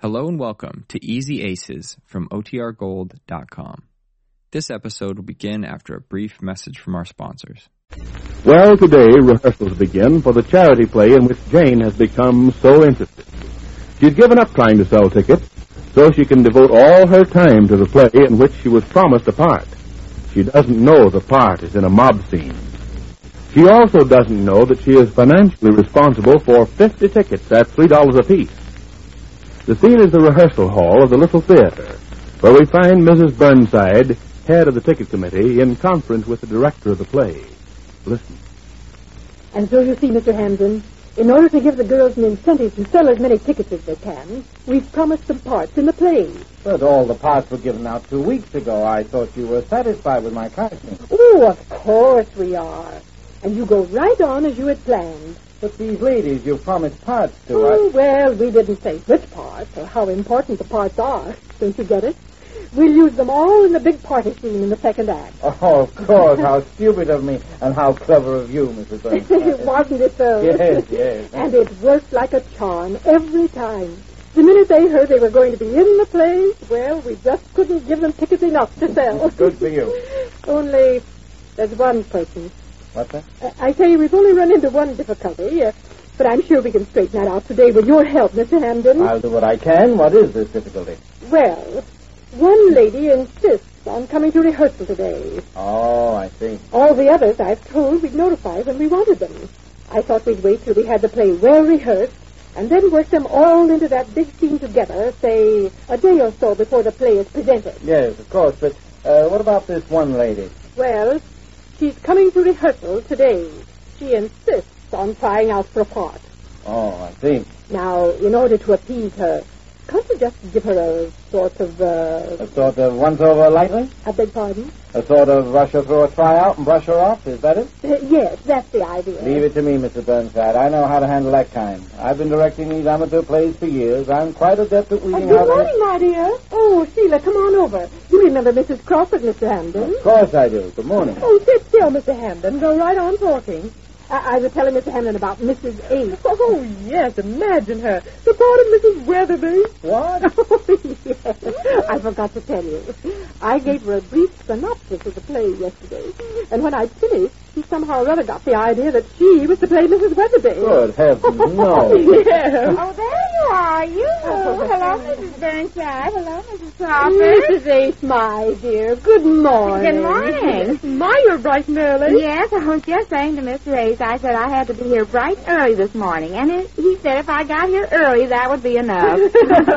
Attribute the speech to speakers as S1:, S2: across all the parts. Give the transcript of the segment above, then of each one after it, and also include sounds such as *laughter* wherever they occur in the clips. S1: Hello and welcome to Easy Aces from OTRGold.com. This episode will begin after a brief message from our sponsors.
S2: Well, today rehearsals begin for the charity play in which Jane has become so interested. She's given up trying to sell tickets, so she can devote all her time to the play in which she was promised a part. She doesn't know the part is in a mob scene. She also doesn't know that she is financially responsible for 50 tickets at $3 apiece. The scene is the rehearsal hall of the Little Theater, where we find Mrs. Burnside, head of the ticket committee, in conference with the director of the play. Listen.
S3: And so you see, Mr. Hampton, in order to give the girls an incentive to sell as many tickets as they can, we've promised them parts in the play.
S4: But all the parts were given out two weeks ago. I thought you were satisfied with my casting.
S3: Oh, of course we are. And you go right on as you had planned.
S4: But these ladies you promised parts to.
S3: Oh, *laughs*
S4: I...
S3: well, we didn't say which parts or how important the parts are. Don't you get it? We'll use them all in the big party scene in the second act. *laughs*
S4: Oh, of course. how stupid of me and how clever of you,
S3: *laughs*
S4: Mrs. Burnside.
S3: Wasn't it, though?
S4: yes, yes.
S3: And it worked like a charm every time. The minute they heard they were going to be in the play, well, we just couldn't give them tickets enough to sell.
S4: Good for you.
S3: *laughs* Only there's one person.
S4: What's that?
S3: I- I tell you, we've only run into one difficulty, uh, but I'm sure we can straighten that out today with your help, Mr. Hamden.
S4: I'll do what I can. What is this difficulty?
S3: Well, one lady insists on coming to rehearsal today.
S4: Oh, I see.
S3: All the others I've told we'd notify when we wanted them. I thought we'd wait till we had the play well rehearsed and then work them all into that big scene together, say, a day or so before the play is presented.
S4: Yes, of course. But uh, what about this one lady?
S3: Well, she's coming to rehearsal today. She insists on trying out for a part.
S4: Oh, I see.
S3: Now, in order to appease her, can't you just give her a sort of, uh,
S4: A sort of once over lightly?
S3: I beg pardon?
S4: A sort of rush her through a tryout and brush her off? Is that it?
S3: Uh, yes, that's the idea.
S4: Leave it to me, Mr. Burnside. I know how to handle that kind. I've been directing these amateur plays for years. I'm quite adept at
S3: Uh,
S4: weeding
S3: good
S4: out.
S3: morning, my dear. Oh, Sheila, come on over. You remember Mrs. Crawford, Mr. Hamden?
S4: Of course I do. Good morning.
S3: Oh, sit still, Mr. Hamden. Go right on talking. I, I was telling Mr. Hamden about Mrs. H. Oh, yes, imagine her. The part of Mrs. Weatherby.
S4: What?
S3: *laughs* Oh, yes. I forgot to tell you. I gave her a brief synopsis of the play yesterday, and when I finished, she somehow or other got the idea that she was to play Mrs. Weatherby.
S4: Good heavens,
S3: Oh,
S4: no.
S3: *laughs* yes.
S5: Oh, there you are, you.
S3: Oh,
S5: *laughs* Hello, Mrs. Burnside. Hello, Mrs. Crawford.
S3: Mrs. Ace, my dear, good morning.
S5: Good morning.
S3: My, you're bright and early.
S5: Yes, I was just saying to Mr. Ace, I said I had to be here bright early this morning, and it, he said if I got here early, that would be *laughs*
S6: *laughs*
S5: enough.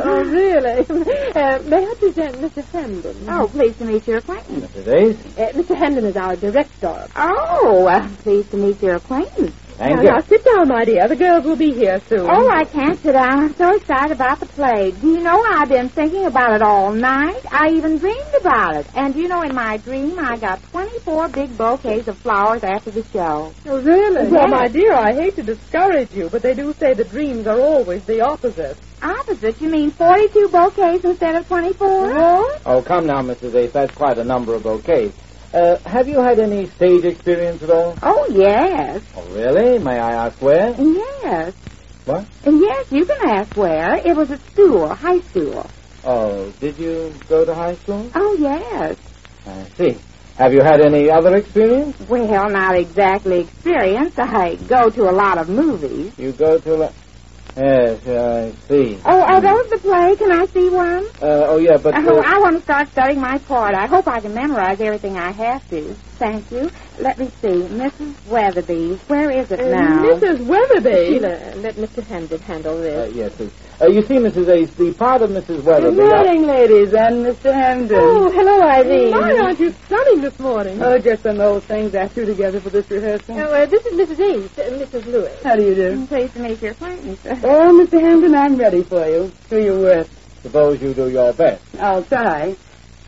S3: oh, really? *laughs* Uh, may I present Mr. Hamden?
S5: oh, pleased to meet your acquaintance.
S4: Mrs. Ace,
S3: Uh, Mr. Hamden Uh, is our director.
S5: Oh, uh, pleased to meet your acquaintance.
S4: thank
S3: now,
S4: you.
S3: now, sit down, my dear. The girls will be here soon.
S5: Oh, I can't sit down. I'm so excited about the play. Do you know I've been thinking about it all night? I even dreamed about it. And do you know in my dream I got 24 big bouquets of flowers after the show.
S3: Oh, really? Well,
S5: Yes.
S3: my dear, I hate to discourage you, but they do say the dreams are always the opposite.
S5: Opposite? You mean 42 bouquets instead of 24?
S4: Oh, come now, Mrs. Ace. That's quite a number of bouquets. Uh, have you had any stage experience at all?
S5: Oh, yes.
S4: Oh, really? May I ask where?
S5: Yes.
S4: What?
S5: Yes, you can ask where. It was at school, high school.
S4: Oh, did you go to high school?
S5: Oh, yes.
S4: I see. Have you had any other experience?
S5: Well, not exactly experience. I go to a lot of movies.
S4: You go to... La- yes, I see.
S5: Oh, are those the play? Can I see one?
S4: Uh, oh, yeah, but...
S5: Oh,
S4: uh,
S5: I want to start studying my part. I hope I can memorize everything I have to. Thank you. Let me see. Mrs. Weatherby. Where is it now?
S3: Mrs. Weatherby. Uh, Sheila, let Mr. Hamden handle
S4: Uh,
S3: this.
S4: yes, please. Uh, you see, Mrs. Ace, the part of Mrs. Weatherby.
S3: ladies and
S6: Mr. Hamden.
S3: Oh, hello, Irene.
S6: My, aren't
S3: you stunning this morning?
S6: Oh, just some old things I threw together for this rehearsal.
S3: uh, this is Mrs. Ace, uh, Mrs. Lewis.
S6: How do you do?
S5: Pleased to make your acquaintance.
S6: Oh, Mr. Hamden, I'm ready for you. Do your worst.
S4: Suppose you do your best.
S6: I'll try.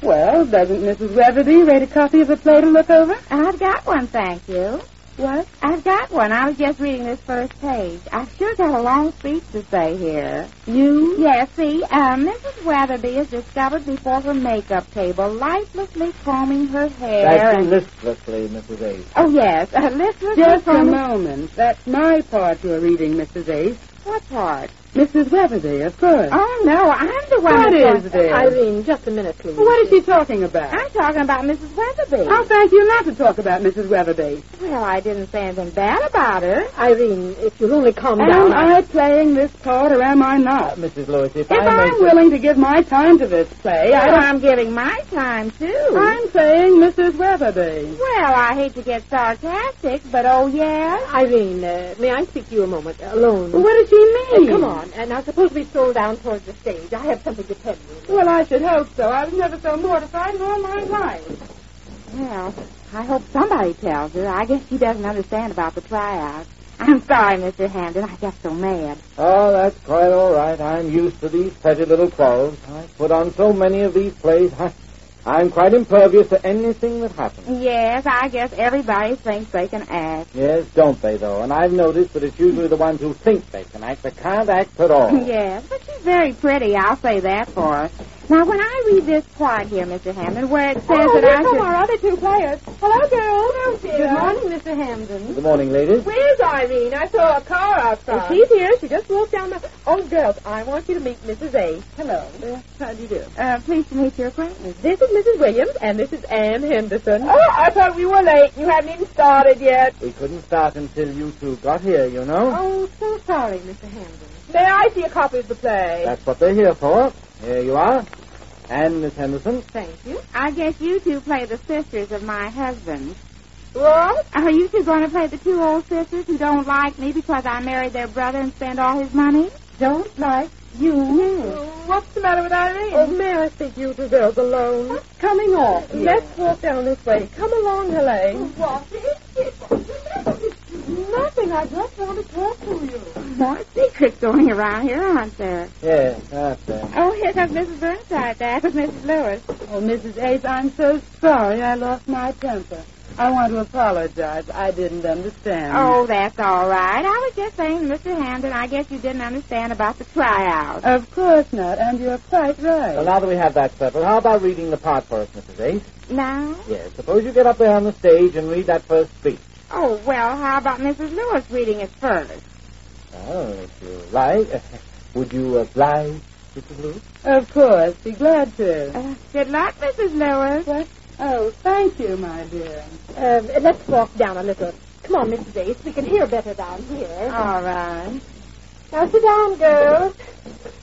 S6: Well, doesn't Mrs. Weatherby rate a copy of the play to look over?
S5: I've got one, thank you.
S6: What?
S5: I've got one. I was just reading this first page. I've sure got a long speech to say here.
S6: You?
S5: Yes, see, uh, Mrs. Weatherby is discovered before her makeup table, lifelessly combing her hair.
S4: That's
S5: and-
S4: listlessly, Mrs. Ace.
S5: Oh, yes, uh, listlessly
S6: Just a
S5: combing...
S6: moment. That's my part you're reading, Mrs. Ace.
S5: What part?
S6: Mrs. Weatherby, of course.
S5: Oh, no, I'm the one
S6: what
S5: that
S6: is this?
S3: Irene, just a minute, please.
S6: What is she talking about?
S5: I'm talking about Mrs. Weatherby. Oh,
S6: I'll thank you not to talk about Mrs. Weatherby.
S5: Well, I didn't say anything bad about her.
S3: Irene, if you'll only calm
S6: Am
S3: down.
S6: I playing this part, or am I not?
S4: Mrs. Lewis, if,
S6: If
S4: I may...
S6: I'm willing to give my time to this play, I
S5: Well,
S6: don't...
S5: I'm giving my time, too.
S6: I'm saying Mrs. Weatherby.
S5: Well, I hate to get sarcastic, but oh, yes.
S3: Irene, uh, may I speak to you a moment, alone?
S6: What does she mean?
S3: Uh, come on, and now suppose we stroll down towards the stage. I have something to tell you.
S6: Well, I should hope so. I was never so mortified in all my life.
S5: Well, I hope somebody tells her. I guess she doesn't understand about the tryout. I'm sorry, Mr. Hampton. I got so mad.
S4: Oh, that's quite all right. I'm used to these petty little quarrels. I put on so many of these plays. *laughs* I, I'm quite impervious to anything that happens.
S5: Yes, I guess everybody thinks they can act.
S4: Yes, don't they, though? And I've noticed that it's usually the ones who think they can act that can't act at
S5: *laughs*
S4: all.
S5: Yes, but she's very pretty. I'll say that for her. Now, when I read this part here, Mr. Hammond, where it says that I should...
S3: other two players. Hello, girls. Hello, Oh, dear. Good morning, Mr. Hamden.
S4: Good morning, ladies.
S3: Where's Irene? I saw a car outside. she's here. She just walked down the... Oh, girls, I want you to meet Mrs. A. Hello. how do you do?
S5: Uh, pleased to meet your acquaintance.
S3: This is Mrs. Williams, and this is Anne Henderson.
S6: I thought we were late. You haven't even started yet.
S4: We couldn't start until you two got here, you know.
S3: Oh, so sorry, Mr. Hamden.
S6: May I see a copy of the play?
S4: That's what they're here for. Here you are. And Miss Henderson.
S3: Thank you.
S5: I guess you two play the sisters of my husband.
S6: What?
S5: Are you two going to play the two old sisters who don't like me because I married their brother and spent all his money?
S3: Don't like
S5: You? Yes.
S6: What's the matter with Irene?
S3: Oh, may I speak you two girls alone? What's coming off? Let's walk down this way. Come along, Helene. What is it? Nothing. I just want to talk to you.
S5: More secrets going around here, aren't there?
S4: Yes, that's it.
S5: Oh, here comes Mrs. Burnside. That's Mrs. Lewis.
S6: Oh, Mrs. Ace, I'm so sorry I lost my temper. I want to apologize. I didn't understand.
S5: Oh, that's all right. I was just saying, Mr. Hampton, I guess you didn't understand about the tryout.
S6: Oh, Of course not, and you're quite right.
S4: Well, now that we have that settled, how about reading the part for us, Mrs. Ace?
S5: Now?
S4: Yes, suppose you get up there on the stage and read that first speech.
S5: Oh, well, how about Mrs. Lewis reading it first?
S4: Oh, if you like. *laughs* Would you oblige, Mrs. Lewis?
S6: Of course, be glad to.
S5: Uh, good luck, Mrs. Lewis.
S6: Oh, thank you, my dear.
S3: Um, let's walk down a little. Come on, Mrs. Ace. We can hear better down here.
S5: All right.
S3: Now sit down, girls.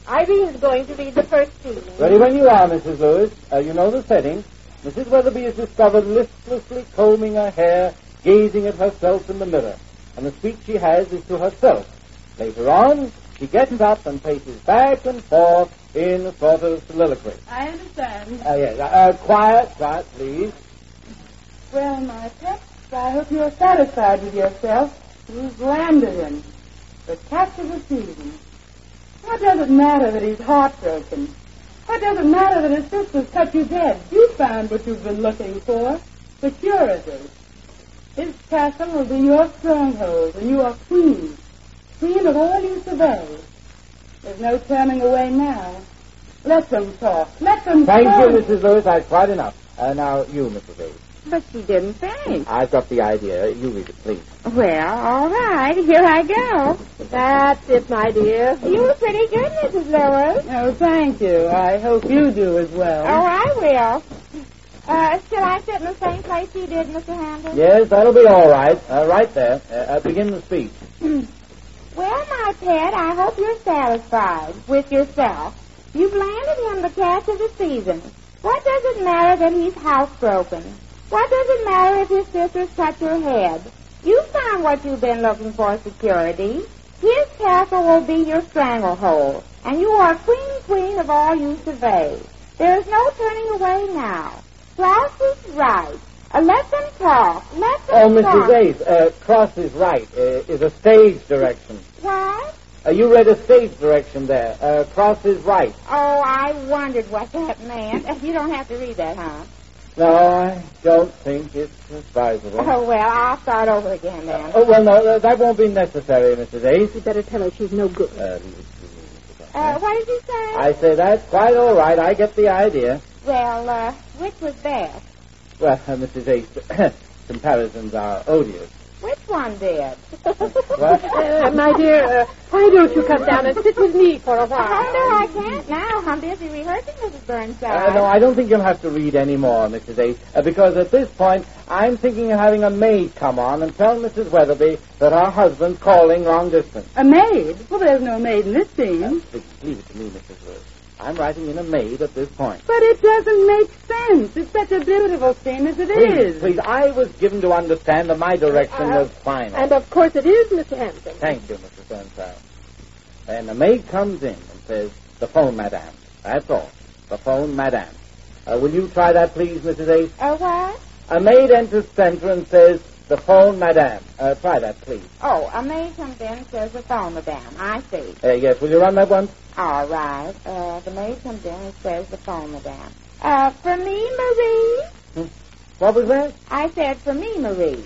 S3: Irene's going to read the first scene.
S4: Ready when you are, Mrs. Lewis. Uh, you know the setting. Mrs. Weatherby is discovered listlessly combing her hair, gazing at herself in the mirror. And the speech she has is to herself. Later on, she gets up and paces back and forth in a sort of soliloquy.
S6: I understand.
S4: Uh, yes, uh, uh, quiet, quiet, please.
S6: Well, my pet, I hope you're satisfied with yourself. You've landed him. The catch of the season. What does it matter that he's heartbroken? What does it matter that his sisters cut you dead? You found what you've been looking for. Security. His castle will be your stronghold, and you are queen. Queen of all you survey. There's no turning away now. Let them talk. Let them
S4: Thank
S6: talk.
S4: you, Mrs. Lewis. I've quite enough. Uh, now, you, Mrs. Lewis.
S5: But she didn't finish.
S4: I've got the idea. You read it, please.
S5: Well, all right. Here I go.
S3: That's it, my dear.
S5: You were pretty good, Mrs. Lewis.
S6: Oh, thank you. I hope you do as well.
S5: Oh, I will. Uh, shall I sit in the same place you did, Mr. Hampton?
S4: Yes, that'll be all right. Uh, right there. Uh, uh, begin the speech.
S5: Well, my pet, I hope you're satisfied with yourself. You've landed him the catch of the season. What does it matter that he's housebroken? What does it matter if his sisters cut your head? You found what you've been looking for, security. His castle will be your stranglehold, and you are queen, queen of all you survey. There is no turning away now. Klaus is right. Uh, let them talk. Let them
S4: Oh,
S5: talk.
S4: Mrs. Ace, uh, cross is right, uh, is a stage direction.
S5: What?
S4: Uh, you read a stage direction there. Uh, cross is right.
S5: Oh, I wondered what that meant. *laughs* You don't have to read that, huh?
S4: No, I don't think it's advisable.
S5: Oh, well, I'll start over again then.
S4: Oh, well, no, uh, that won't be necessary, Mrs. Ace.
S3: You better tell her she's no good.
S4: Uh, leave it to me, Mrs. Ace.
S5: Uh, what did you say?
S4: I say that's quite all right. I get the idea.
S5: Well, uh, which was best?
S4: *coughs* Well, uh, Mrs. Ace, comparisons are odious.
S5: Which one did? *laughs*
S3: Uh, my dear, uh, why don't you come down and sit with me for a
S5: Oh,
S3: while?
S5: no, I can't now. I'm busy rehearsing Mrs. Burnside.
S4: Uh, no, I don't think you'll have to read any more, Mrs. Ace, uh, because at this point, I'm thinking of having a maid come on and tell Mrs. Weatherby that her husband's calling long distance.
S6: A maid? Well, there's no maid in this scene.
S4: Please leave it to me, Mrs. Lewis. I'm writing in a maid at this point.
S6: But it doesn't make sense. It's such a beautiful scene as it
S4: Please,
S6: is.
S4: please, I was given to understand that my direction
S3: Uh,
S4: was final.
S3: And of course it is, Mr. Hampton.
S4: Thank you, Mrs. Burnside. And the maid comes in and says, the phone, madame. That's all. The phone, madame. Uh, will you try that, please, Mrs. Ace?
S5: A Uh, what?
S4: A maid enters center and says, the phone, madame. Uh, try that, please.
S5: Oh, a maid comes in and says the phone, madame. I see.
S4: Uh, yes, will you run that one?
S5: All right. Uh, the maid comes in and says the phone, madame. Uh, for me, Marie?
S4: What was that?
S5: I said, for me, Marie.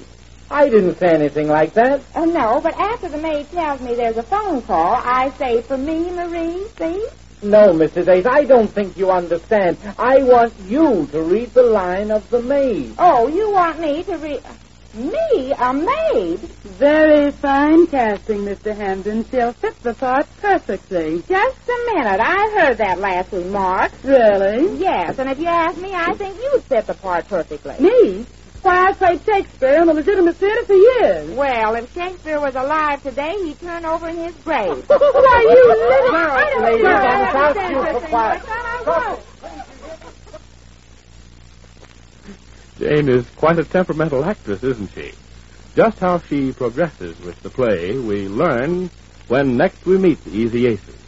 S4: I didn't say anything like that.
S5: Uh, no, but after the maid tells me there's a phone call, I say, for me, Marie, see?
S4: No, Mrs. Ace, I don't think you understand. I want you to read the line of the maid.
S5: Oh, you want me to re... Me, a maid?
S6: Very fine casting, Mr. Hampton. She'll fit the part perfectly.
S5: Just a minute. I heard that last remark.
S6: Really?
S5: Yes, and if you ask me, I think you'd fit the part perfectly.
S6: Me? Why, I played Shakespeare in the legitimate theater for years.
S5: Well, if Shakespeare was alive today, he'd turn over in his grave.
S6: Why, you little...
S5: I don't
S4: Ladies,
S5: know.
S4: I'm
S5: I
S4: sorry,
S5: understand
S4: you
S5: such
S4: for
S5: things
S4: quiet.
S5: like that. I won't.
S2: Jane is quite a temperamental actress, isn't she? Just how she progresses with the play, we learn when next we meet Easy Aces.